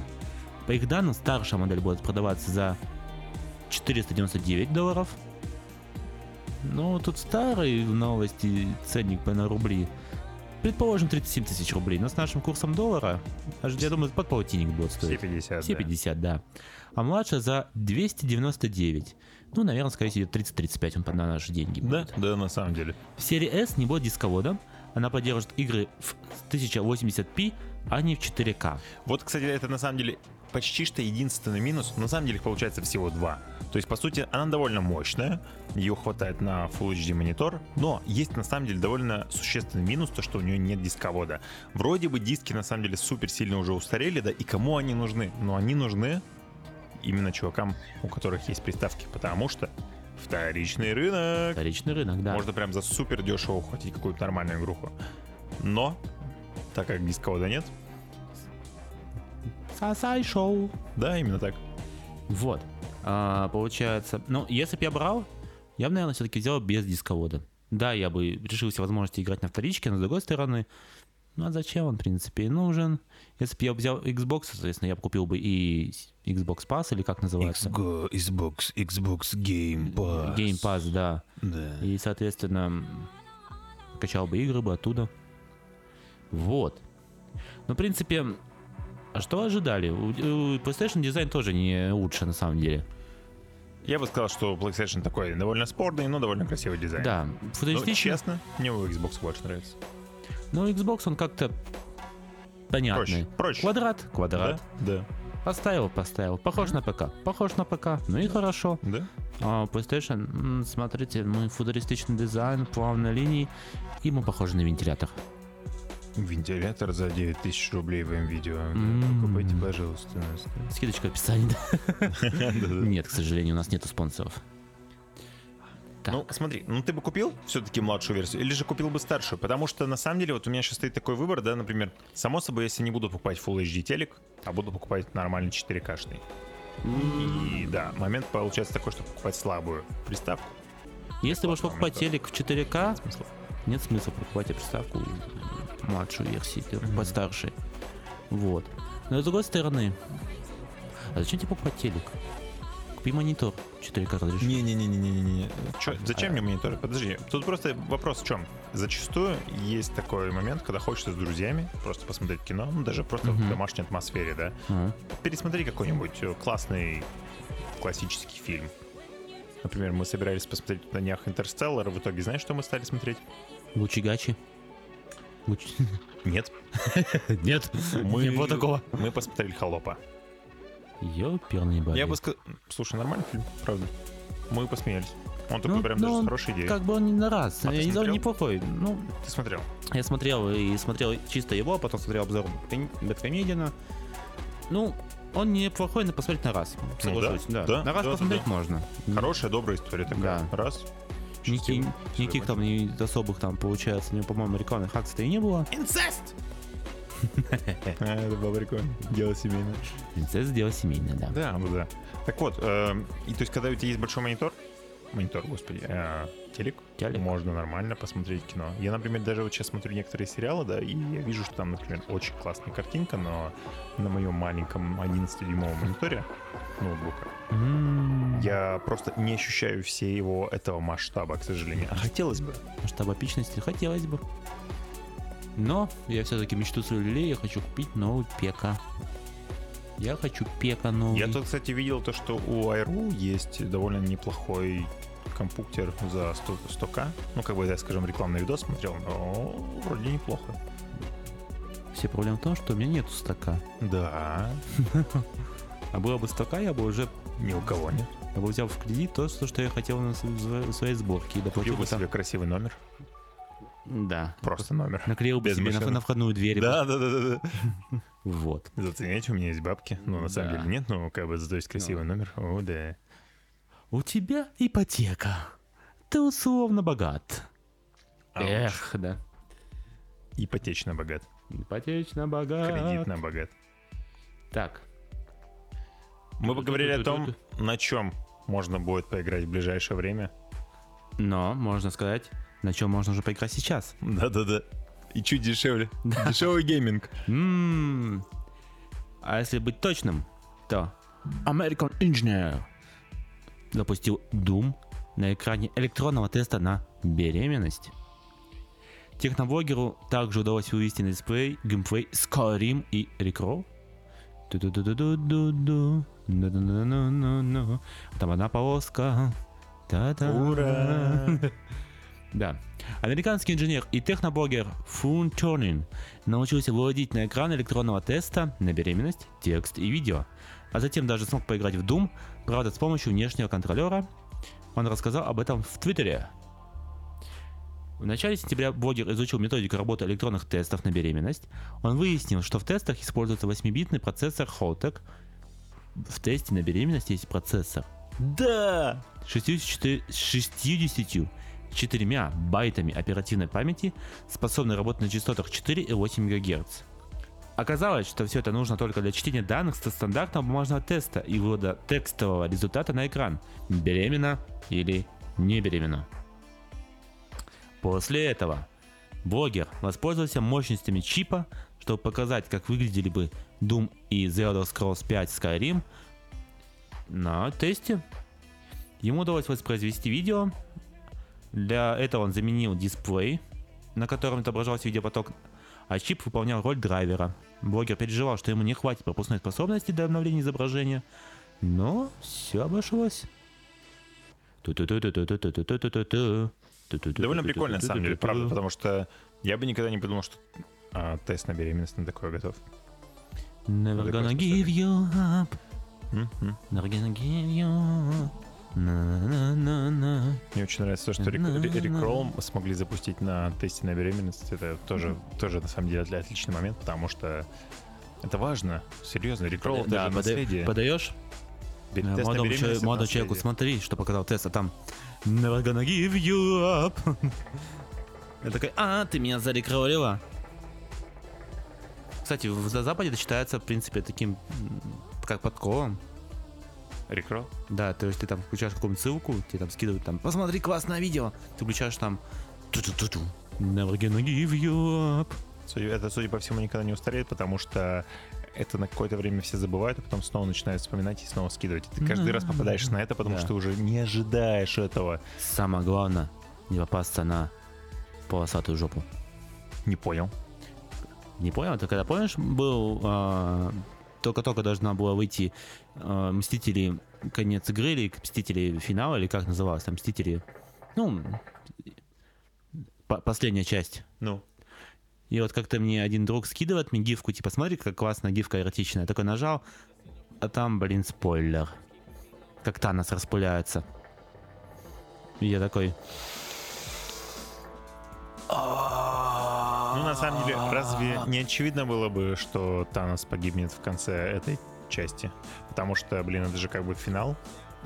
По их данным, старшая модель будет продаваться за 499 долларов. Ну, тут старые новости, ценник на рубли. Предположим, 37 тысяч рублей, но с нашим курсом доллара, аж, я думаю, под полтинник будет Все стоить. 50, Все да. 50, да. А младшая за 299. Ну, наверное, скорее всего, 30-35 он на наши деньги Да, будет. да, на самом деле. В серии S не будет дисковода. Она поддержит игры в 1080p, а не в 4К. Вот, кстати, это на самом деле почти что единственный минус. На самом деле их получается всего два. То есть, по сути, она довольно мощная, ее хватает на Full HD монитор, но есть на самом деле довольно существенный минус, то что у нее нет дисковода. Вроде бы диски на самом деле супер сильно уже устарели, да, и кому они нужны? Но они нужны именно чувакам, у которых есть приставки, потому что вторичный рынок. Вторичный рынок, да. Можно прям за супер дешево ухватить какую-то нормальную игруху. Но, так как дисковода нет, Сосай шоу. да, именно так. Вот. А, получается. Ну, если бы я брал, я бы, наверное, все-таки взял без дисковода. Да, я бы решился возможности играть на вторичке, но с другой стороны, ну а зачем он, в принципе, и нужен? Если бы я взял Xbox, соответственно, я бы купил бы и Xbox Pass, или как называется? Xbox, Xbox, Xbox Game Pass. Game Pass, да. Да. И, соответственно, м, качал бы игры бы оттуда. Вот. Ну, в принципе, а что ожидали? У- у PlayStation дизайн тоже не лучше, на самом деле. Я бы сказал, что PlayStation такой довольно спорный, но довольно красивый дизайн. Да, Ну, футуристичный. честно, мне у Xbox больше нравится. Но ну, Xbox он как-то понятный. Проще, проще. Квадрат, Да, квадрат. да, Поставил, поставил. Похож на ПК, похож на ПК. Ну и хорошо. да. А PlayStation, м, смотрите, мы футуристичный дизайн, плавные линии, и мы похожи на вентилятор. Вентилятор за 9000 рублей в видео. М. Купите, пожалуйста. у нас. Скидочка в описании. да. Нет, к сожалению, у нас нету спонсоров. Так. Ну, смотри, ну ты бы купил все-таки младшую версию, или же купил бы старшую? Потому что на самом деле, вот у меня сейчас стоит такой выбор, да, например, само собой, если не буду покупать Full HD телек, а буду покупать нормальный 4К-шный. И да, момент получается такой, что покупать слабую приставку. Если будешь ладно, покупать это- телек в 4К, Смысла. нет смысла покупать и приставку младшую версию, тебе покупать старший. Вот. Но с другой стороны, а зачем тебе покупать телек? Купи монитор 4К разрешение. Не-не-не-не-не. Э, Зачем мне а, мониторы? Подожди, тут просто вопрос в чем? Зачастую есть такой момент, когда хочется с друзьями просто посмотреть кино, ну даже просто в Мгм. домашней атмосфере, да. Ага. Пересмотри какой-нибудь э, классный классический фильм. Например, мы собирались посмотреть на днях «Интерстеллар», в итоге знаешь, что мы стали смотреть? Лучи гачи. Луч- Нет. Нет, Мы... не было такого. Мы посмотрели «Холопа». Ёперный барин. Я бы сказал... Слушай, нормальный фильм, правда. Мы посмеялись. Он такой Ну, прям ну, даже с он хорошей идеей. Как бы он не на раз. А ты Я не знаю, смотрел? неплохой. Ну, Ты смотрел? я смотрел и смотрел чисто его, а потом смотрел обзор Бэтком- Бэткомедиана. Ну, он неплохой, но посмотреть на раз. Соглашусь, Ну да, да. да, На раз да, да, посмотреть да. можно. Хорошая, добрая история такая. Да. Раз. Ники- Счастливо. Всё, никаких там ни- особых там, получается, у него, по-моему, рекламных акций-то и не было. Инцест! А, это было прикольно. Дело семейное. Принцесса дело семейное, да. Да, ну да. Так вот, эм, и то есть, когда у тебя есть большой монитор, монитор, господи, э, телек, Телек. можно нормально посмотреть кино. Я, например, даже вот сейчас смотрю некоторые сериалы, да, и я вижу, что там, например, очень классная картинка, но на моем маленьком 11-дюймовом мониторе ноутбука М, я просто не ощущаю все его этого масштаба, к сожалению. А хотелось бы. Масштаб эпичности хотелось бы. Но я все-таки мечту свою лелею, я хочу купить новый пека. Я хочу пека новый. Я тут, кстати, видел то, что у Айру есть довольно неплохой компьютер за 100, 100к. Ну, как бы, я, скажем, рекламный видос смотрел, но вроде неплохо. Все проблема в том, что у меня нету стака. Да, А было бы стака, я бы уже ни у кого нет. я бы взял в А кредит то, что что я хотел на с- в своей сборке. И доплатил Купил бы бы там. себе красивый номер, Да. просто номер. Наклеил бы Без себе на, машины. на входную дверь. Да, да, да, да, да. Вот. Зацените, у меня есть бабки. Ну, на самом Да. деле нет, но как бы зато есть красивый номер. О, да. У тебя ипотека. Ты условно богат. Ауч. Эх, да. Ипотечно богат, Ипотечно богат. кредитно богат. Так. Мы поговорили о том, на чем можно будет поиграть в ближайшее время. Но можно сказать, на чем можно уже поиграть сейчас. Да-да-да. И чуть дешевле. Дешевый гейминг. М. А если быть точным, то American Engineer запустил Doom на экране электронного теста на беременность. Техноблогеру также удалось вывести на дисплей геймплей Skyrim и Recrow. Ту-ду-ду-ду-ду-ду. Ну-ну-ну-ну-ну. Там одна полоска. Та-да. Ура! Да. Американский инженер и техноблогер Фун Тернин научился выводить на экран электронного теста на беременность, текст и видео, а затем даже смог поиграть в Doom, правда с помощью внешнего контроллера. Он рассказал об этом в Твиттере. В начале сентября блогер изучил методику работы электронных тестов на беременность. Он выяснил, что в тестах используется 8-битный процессор Holtec. В тесте на беременность есть процессор Да! 64 64 байтами оперативной памяти, способной работать на частотах 4 и 8 ГГц. Оказалось, что все это нужно только для чтения данных со стандартного бумажного теста и вывода текстового результата на экран. Беременна или не беременна. После этого блогер воспользовался мощностями чипа, чтобы показать, как выглядели бы Doom и The Elder Scrolls 5 Skyrim на тесте. Ему удалось воспроизвести видео. Для этого он заменил дисплей, на котором отображался видеопоток, а чип выполнял роль драйвера. Блогер переживал, что ему не хватит пропускной способности для обновления изображения, но все обошлось. Довольно Довольно прикольно, на самом деле, правда, потому что я бы никогда не подумал, что а, тест на беременность на такое готов. Never Такой gonna смысл. give you up. М-м. Never gonna give you up. На-на-на-на. Мне очень нравится то, что Рик, На-на-на. Ри- Рик Ролл смогли запустить на тесте на беременность. Это тоже, тоже на самом деле, отли- отличный момент, потому что это важно. Серьезно, Рик Ролл э, Да, это же пода- наследие. подаешь Бе- тест на э, молодому, беременность человеку- это молодому человеку, наследие. смотри, что показал тест, а там Never gonna give you up. Я такой, а, ты меня зарекровалила. Кстати, в- на Западе это считается, в принципе, таким, м, как подковом. Рик Ролл? Да, то есть ты там включаешь какую-нибудь ссылку, тебе там скидывают там, посмотри классное видео, ты включаешь там «Ту-ту-ту-ту». Never gonna give you up. Судя- Это, судя по всему, никогда не устареет, потому что это на какое-то время все забывают, а потом снова начинают вспоминать и снова скидывать. И ты каждый раз попадаешь на это, потому Да. что ты уже не ожидаешь этого. Самое главное, не попасться на полосатую жопу. Не понял. Не понял, ты когда помнишь, был а, только-только должна была выйти а, Мстители конец игры или Мстители финал или как называлось там Мстители, ну по- последняя часть. Ну. И вот как-то мне один друг скидывает мне гифку, типа смотри, как классная гифка эротичная. Я такой нажал, а там, блин, спойлер. Как Танос распыляется. И я такой, Ну, на самом деле, разве не очевидно было бы, что Танос погибнет в конце этой части? Потому что, блин, это же как бы финал.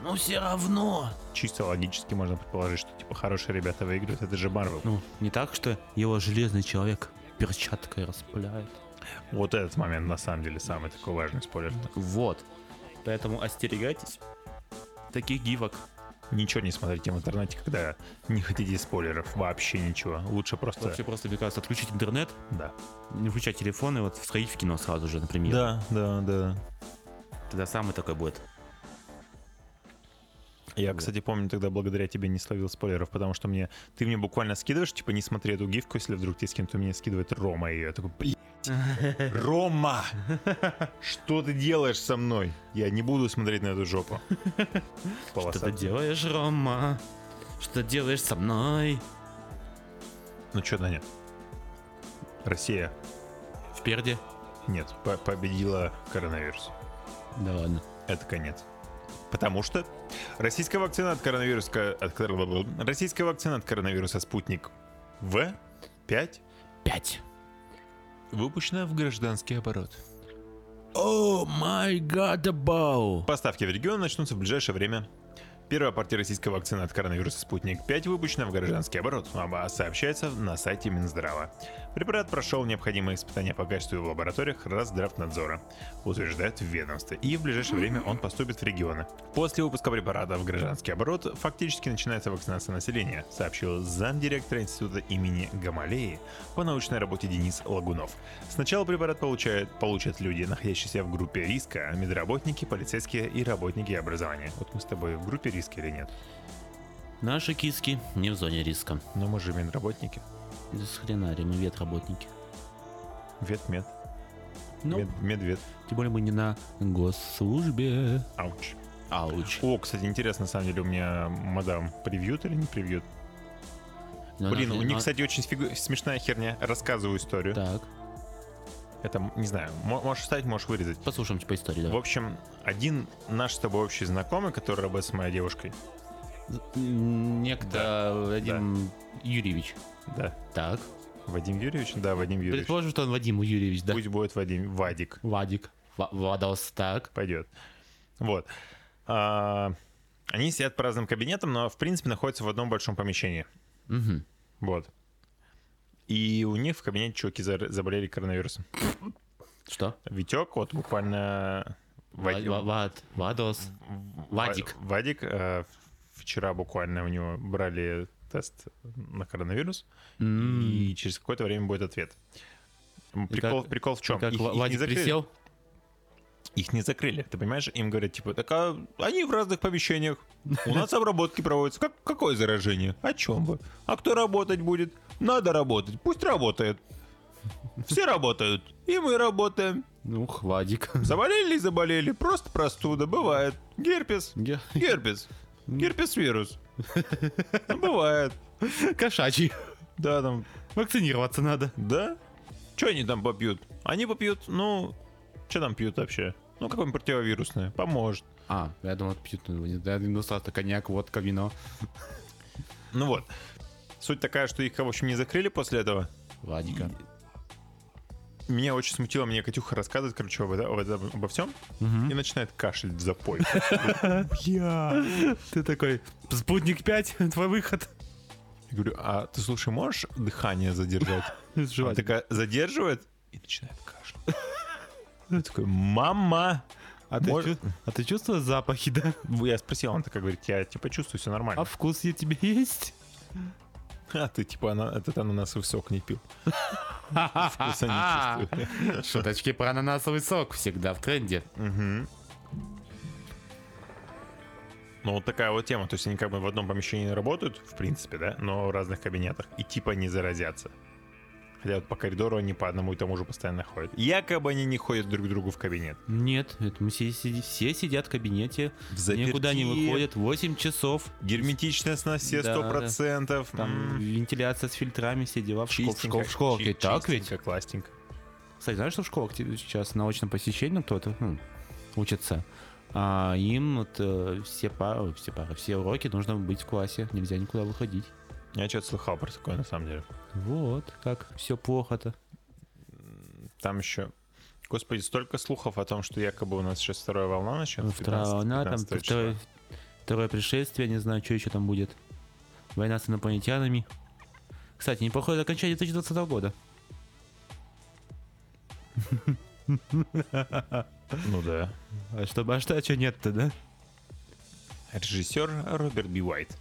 ну все равно. Чисто логически можно предположить, что, типа, хорошие ребята выиграют. Это же Марвел. Ну, не так, что его железный человек перчаткой распыляет. Вот этот момент, на самом деле, самый такой важный спойлер. Вот. Поэтому остерегайтесь таких гифок. Ничего не смотрите в интернете, когда не хотите спойлеров. Вообще ничего. Лучше просто... Вообще просто, мне кажется, отключить интернет, Да. не включать телефон и вот сходить в кино сразу же, например. Да, да, да. Тогда самый такой будет. Я, кстати, помню, тогда благодаря тебе не словил спойлеров, потому что мне ты мне буквально скидываешь, типа, не смотри эту гифку, если вдруг тебе скинут, то мне скидывает Рома ее. Я такой, «Блядь, Рома! Что ты делаешь со мной? Я не буду смотреть на эту жопу. Что ты Полосатый. делаешь, Рома? Что ты делаешь со мной? Ну что, Даня? Россия, Впереди. нет, по- победила коронавирус. Да ладно. Это конец. Потому что российская вакцина от коронавируса... От, коронавируса- российская вакцина от коронавируса «Спутник В» 5 Пять. выпущена в гражданский оборот. О май гад, бау. Поставки в регион начнутся в ближайшее время. Первая партия российской вакцины от коронавируса «Спутник 5» выпущена в гражданский оборот, а сообщается на сайте Минздрава. Препарат прошел необходимые испытания по качеству в лабораториях Росздравнадзора, утверждает ведомство, и в ближайшее время он поступит в регионы. После выпуска препарата в гражданский оборот фактически начинается вакцинация населения, сообщил замдиректора института имени Гамалеи по научной работе Денис Лагунов. Сначала препарат получает, получат люди, находящиеся в группе риска, а медработники, полицейские и работники образования. Вот мы с тобой в группе риска или нет? Наши киски не в зоне риска. Но Ну, мы же медработники. Да с хренари, мы ветработники. Вет-мед. Ну, Мед- медвед. тем более мы не на госслужбе. Ауч. Ауч. О, кстати, интересно, на самом деле, у меня мадам превьют или не превьют? Ну, Но Блин, нахрен- у них, на- кстати, очень фигу- смешная херня. Рассказываю историю. Так, Это, м, не знаю, мо- можешь встать, можешь вырезать. послушаем по истории, В давай. общем, один наш с тобой общий знакомый, который работает с моей девушкой. М, Некто Вадим Юрьевич. Да. Так. Вадим Юрьевич? Да, Вадим Юрьевич. Предположим, что он Вадим Юрьевич, да? Пусть будет Вадим. Вадик. Вадик. Ва- Вадос, так. Пойдет. Вот. А, они сидят по разным кабинетам, но, в принципе, находятся в одном большом помещении. Мгм. Вот. И у них в кабинете чуваки зар- заболели коронавирусом. Что? Витек, вот буквально... Ва- Вадик. ва- Вад. Вадос. Вадик. Вадик. э, вчера буквально у него брали тест на коронавирус, М, и через какое-то время будет ответ. Прикол, как- прикол в чем? Как их, Ва- их не Вадик закрыли. присел? Их не закрыли, ты понимаешь? Им говорят, типа, так а они в разных помещениях, у нас обработки проводятся. Как, какое заражение? О чем вы? А кто работать будет? Надо работать, пусть работает. Все работают, и мы работаем. Ну, Вадик. Заболели и заболели, просто простуда, бывает. Герпес, Я- герпес, герпес вирус. Ну, бывает. Кошачий. Да, там, Вакцинироваться надо. да? Че они там попьют? Они попьют, ну, что там пьют вообще? Ну, какое-нибудь противовирусное. Поможет. А, я думал, пьют. ну, не- да, ну, сладко, коньяк, водка, вино. Ну вот. Суть такая, что их, в общем, не закрыли после этого. Ладненько. Меня очень смутило, мне Катюха рассказывает, короче, об, это- об этом- обо всем, и начинает кашлять в запой. Ты такой, спутник 5, твой выход. Я говорю, а ты, слушай, можешь дыхание задержать? А Она такая задерживает и начинает кашлять. Я такой, мама! А ты, Может- чу- а ты чувствовал запахи, да? Я спросил, она такая говорит, я типа чувствую все А нормально. вкус я тебе есть? А ты типа ана- этот ананасовый сок не пил. Вкуса не чувствую. Шуточки про ананасовый сок всегда в тренде. Мгм. Ну, вот такая вот тема. То есть они как бы в одном помещении работают, в принципе, да, но в разных кабинетах. И типа не заразятся. Хотя вот по коридору они по одному и тому же постоянно ходят. Якобы они не ходят друг к другу в кабинет. Нет, это мы все, сиди- все сидят в кабинете, В заперти. никуда не выходят, 8 часов, Герметичность на все Да, сто да. процентов. там вентиляция с фильтрами, все дела, в, школ- в школ- в школке, так ведь? классненько. Кстати, знаешь, что в школах те- сейчас на очном посещении кто-то ну, учится? А им вот э, все пары, все пары, все уроки нужно быть в классе, нельзя никуда выходить. Я что-то слыхал про такое, на самом деле. Вот, как все плохо-то. Там еще... Господи, столько слухов о том, что якобы у нас сейчас вторая волна начнется. Вторая 15, волна, Ну, там 15 числа. второе, второе пришествие, не знаю, что еще там будет. Война с инопланетянами. Кстати, неплохое окончание 2020 года. Ну да. А что, а что, а что нет-то, да? Режиссер Роберт Би Уайт.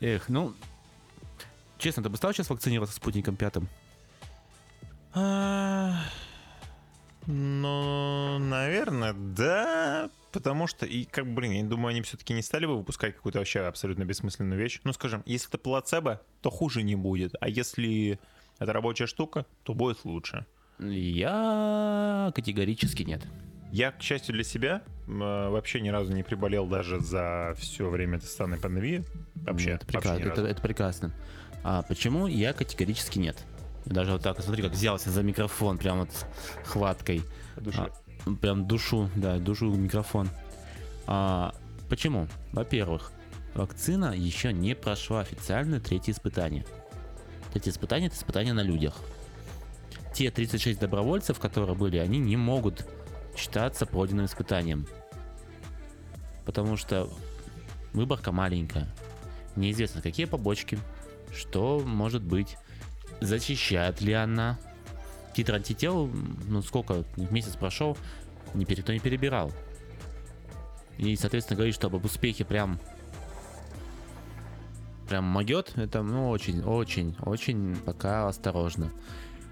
Эх, ну... Честно, ты бы стал сейчас вакцинироваться спутником пятым? А, Ну, наверное, да. Потому что, и как бы, блин, я думаю, они все-таки не стали бы выпускать какую-то вообще абсолютно бессмысленную вещь. Ну, скажем, если это плацебо, то хуже не будет. А если это рабочая штука, то будет лучше. Я категорически нет. Я, к счастью для себя, м, э, вообще ни разу не приболел даже за все время этой странной пандемии. Вообще, это, вообще прекрасно, ни разу. это, это прекрасно. А почему я категорически нет? Я Даже вот так, смотри, как взялся за микрофон, прям вот хваткой. Душа. А, прям душу, да, душу в микрофон. А, почему? Во-первых, вакцина еще не прошла официально третье испытание. Третье испытание это испытание на людях. Те 36 добровольцев, которые были, они не могут считаться пройденным испытанием. Потому что выборка маленькая. Неизвестно, какие побочки, что может быть, защищает ли она. Титр антител, м, ну сколько, месяц прошел, ни перед кто не перебирал. И, соответственно, говорить, что об успехе прям прям могет, это ну очень, очень, очень пока осторожно.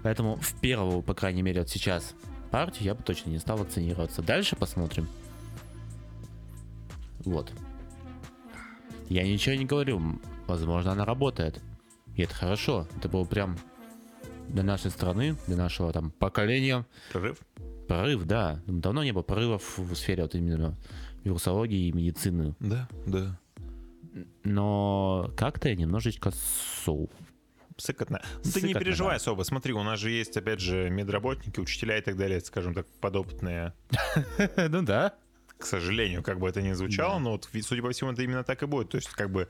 Поэтому в первую, по крайней мере, вот сейчас партию я бы точно не стал вакцинироваться. Дальше посмотрим. Вот. Я ничего не говорю. М, Возможно, она работает. И это хорошо. Это было прям для нашей страны, для нашего там поколения. Прорыв? Прорыв, да. Давно не было прорывов в сфере вот именно вирусологии и медицины. Да, да. Но как-то я немножечко су. Сыкотно. Ну, ты не Сыкотно, переживай да. особо. Смотри, у нас же есть, опять же, медработники, учителя и так далее, скажем так, подопытные. Ну да. К сожалению, как бы это ни звучало, но вот, ви- судя по всему, это именно так и будет. То есть, как бы,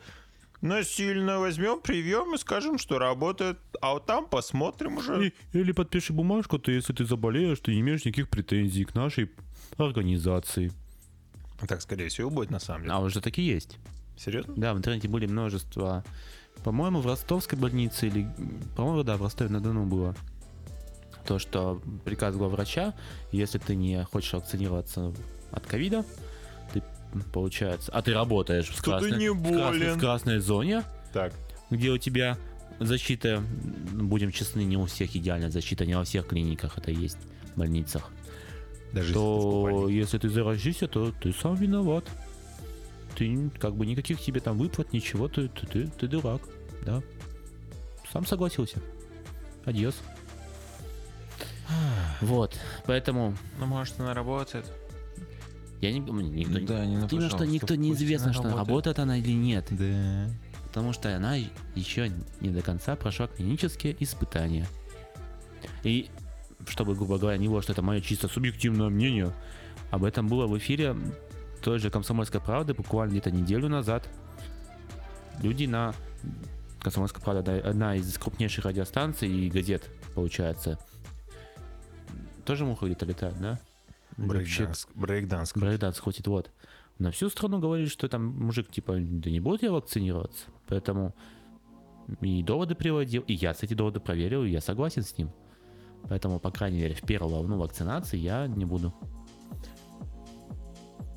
ну, насильно возьмем, привьем и скажем, что работает, а вот там посмотрим уже. Или подпиши бумажку, то если ты заболеешь, ты не имеешь никаких претензий к нашей организации. Так, скорее всего, будет на самом деле. А уже такие есть. Серьезно? Да, в интернете были множество. По-моему, в ростовской больнице или... По-моему, да, в Ростове-на-Дону было. То, что приказ главврача, если ты не хочешь вакцинироваться от ковида, ты, м, получается... А ты работаешь в ты красной, не в красной- болен. в красной зоне, Так, где у тебя защита, м, будем честны, не у всех идеальная защита, не во всех клиниках это есть, больницах. даже То если если ты заразишься, то ты сам виноват. Ты н- как бы никаких тебе там выплат, ничего, ты, ты, ты, ты дурак, да. Сам согласился. Адьос. ты в Вот, поэтому Ну, может, она работает. я не, м, никто, Да, не, ну, Именно что пожалуйста, никто не пусть известно, она что работает. работает она или нет, Да. потому что она еще не до конца прошла клинические испытания. И чтобы, грубо говоря, не было, что это мое чисто субъективное мнение, об этом было в эфире той же «Комсомольской правды» буквально где-то неделю назад. Люди на... «Комсомольская правда» одна- одна из крупнейших радиостанций и газет, получается. Тоже муха где-то летает, да? Вообще Брейкданс. Брейкданс. Брейкданс хочет, вот. На всю страну говорит, что там мужик, типа, да не буду я вакцинироваться. Поэтому и доводы приводил, и я, кстати, доводы проверил, и я согласен с ним. Поэтому, по крайней мере, в первую волну вакцинации я не буду.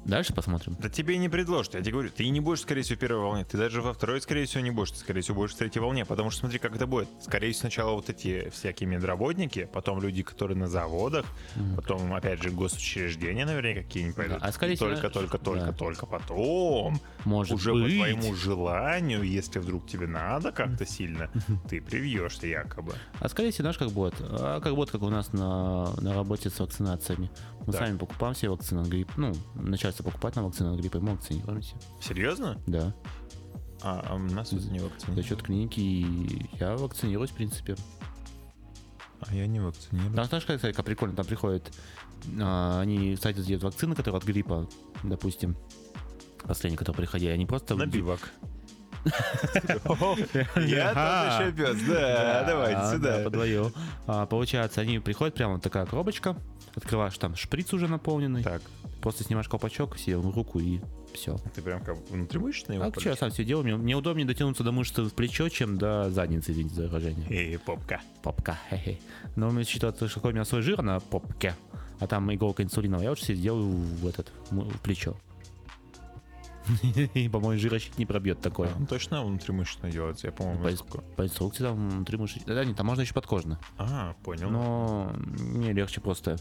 Дальше посмотрим. Да тебе и не предложат, я тебе говорю, ты и не будешь, скорее всего, в первой волне, ты даже во второй, скорее всего, не будешь, ты, скорее всего, будешь в третьей волне, потому что смотри, как это будет. Скорее всего, сначала вот эти всякие медработники, потом люди, которые на заводах, Мгм. потом, опять же, госучреждения, наверное, какие-нибудь пойдут. а скорее И всего, Только, только, только, да. только потом, Может уже быть. по твоему желанию, если вдруг тебе надо как-то сильно, ты привьешься якобы. А скорее всего, знаешь, как будет? А как будет, как у нас на, на работе с вакцинациями. Мы Да. сами покупаем себе вакцину от гриппа. Ну, начальство покупать на вакцину от гриппа, и мы вакцинируемся. Серьезно? Да. А, а у нас это не За вакцинировано. счет клиники я вакцинируюсь, в принципе. А я не вакцинирован. Там знаешь, как, кстати, как прикольно, там приходят, а, они, кстати, делают вакцины, которые от гриппа, допустим, последние, которые приходили, они просто... На бивак. Я Ага. тоже еще пес. Да, давайте да, сюда. подвоил. А, получается, они приходят, прямо вот такая коробочка, открываешь там шприц уже наполненный, Так, просто снимаешь колпачок себе в руку и все. ты прям как внутримышечный его А что я короче? сам все делаю? Мне, мне удобнее дотянуться до мышцы в плечо, чем до задницы, извините за выражение. Эй, попка. попка. хе-хе. Но у меня считается, что какой у меня свой жир на попке, а там иголка инсулиновая, я лучше себе сделаю в этот, м- в плечо. И, по-моему, жирочек не пробьет такой. Он точно внутримышечно делается, я по-моему. По, насколько- по инструкции там внутри мышц... Да нет, там можно еще подкожно. А, Ну. понял. Но мне легче просто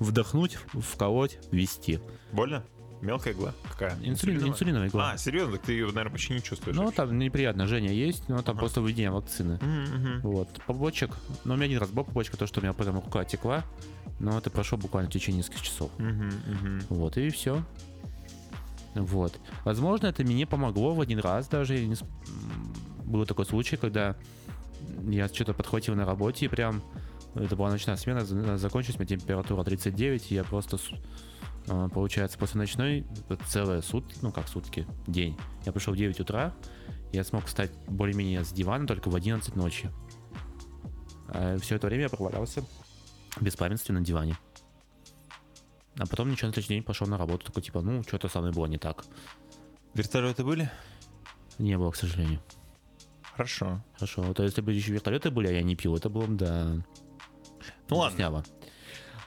вдохнуть, вколоть, ввести. Больно? Мелкая игла? Какая? Инсулин, Инсулиновая? инсулиновая игла. А, серьезно, так ты ее, наверное, почти не чувствуешь. ну, вообще. там неприятно, Женя есть, но там Ага. просто введение вакцины. Мгм, мгм. Вот, побочек. Но у меня один раз была побочка, то, что у меня потом рука отекла. Но это прошло буквально в течение нескольких часов. Мгм, мгм. Вот, и все. Вот. Возможно, это мне помогло в один раз даже. я не с- м, Был такой случай, когда я что-то подхватил на работе, и прям это была ночная смена, за- э, закончилась у меня температура 39, и я просто, с- а, получается, после ночной вот целые сутки, ну как сутки, день. Я пришел в 9 утра, я смог встать более-менее с дивана только в 11 ночи. все это время я провалялся в беспамятстве на диване. А потом ничего на следующий день пошел на работу, такой типа, ну, что-то со мной было не так. Вертолеты были? Не было, к сожалению. Хорошо. Хорошо, вот, а если бы еще вертолеты были, а я не пил, это было бы, да... Ну ладно. объясняло.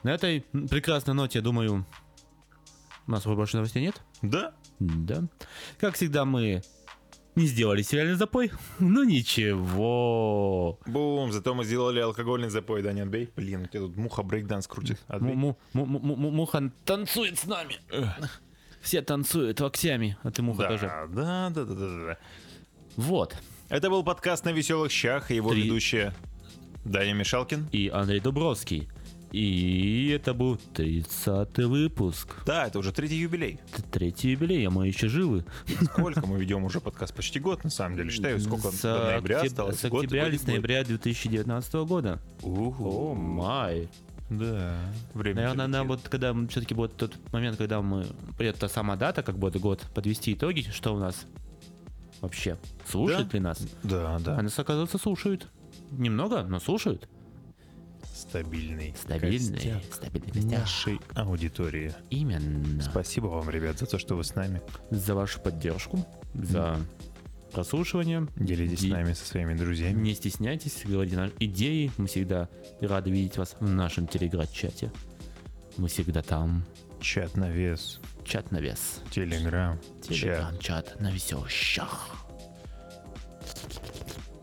На этой м, прекрасной ноте, я думаю, у нас уже больше новостей нет? Да? Да. Как всегда, мы не сделали сериальный запой. Ну ничего. Бум, зато мы сделали алкогольный запой, да, не отбей. Блин, у тебя тут муха брейкданс крутит. Отбей. Му- му- му- му- му- Муха танцует с нами. Все танцуют локтями, а ты муха Да, тоже. да, да, да, да, да, да. Вот. Это был подкаст на веселых щах и его Три. ведущие Даня Мишалкин. и Андрей Дубровский. И это был 30 выпуск. Да, это уже третий юбилей. Т- Третий юбилей, а мы еще живы. Сколько мы ведем уже подкаст? Почти год, на самом деле. Считаю, сколько С до ноября октяб- осталось. С Год, октября год, или с год. ноября 2019 года. Уху. О май. Да. Время Наверное, летит. нам вот, когда все-таки будет тот момент, когда мы... Это сама дата, как будет год, подвести итоги, что у нас вообще. Слушают Да. ли нас? Да, А да. нас, оказывается, слушают. Немного, но слушают. Стабильный. Стабильный. костяк Стабильный костяк. Нашей аудитории. Именно. Спасибо вам, ребят, за то, что вы с нами. за вашу поддержку, за прослушивание. Делитесь с И нами со своими друзьями. Не стесняйтесь, говорите наши идеи. Мы всегда рады видеть вас в нашем телеград-чате. Мы всегда там. Чат на вес. Чат на вес. Телеграм. Чат. Телеграм-чат на веселщах.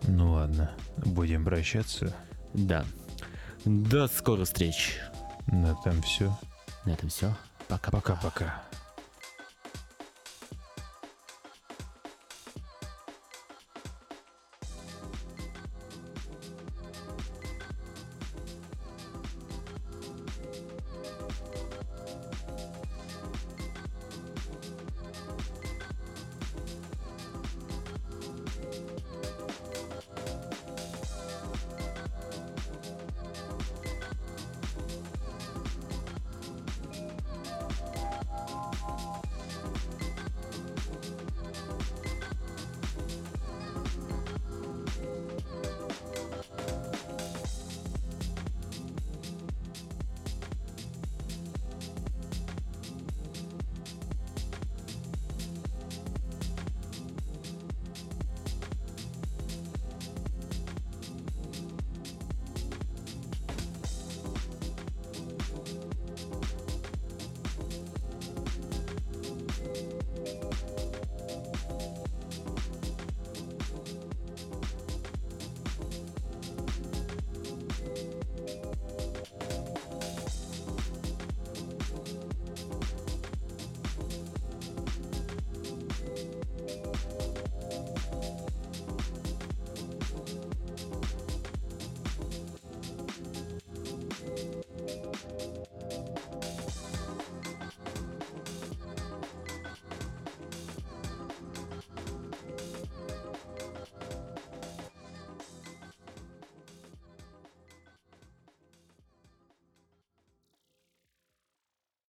Ну ладно. Будем прощаться. Да. До скорых встреч. На этом все. На этом все. Пока-пока. Пока-пока.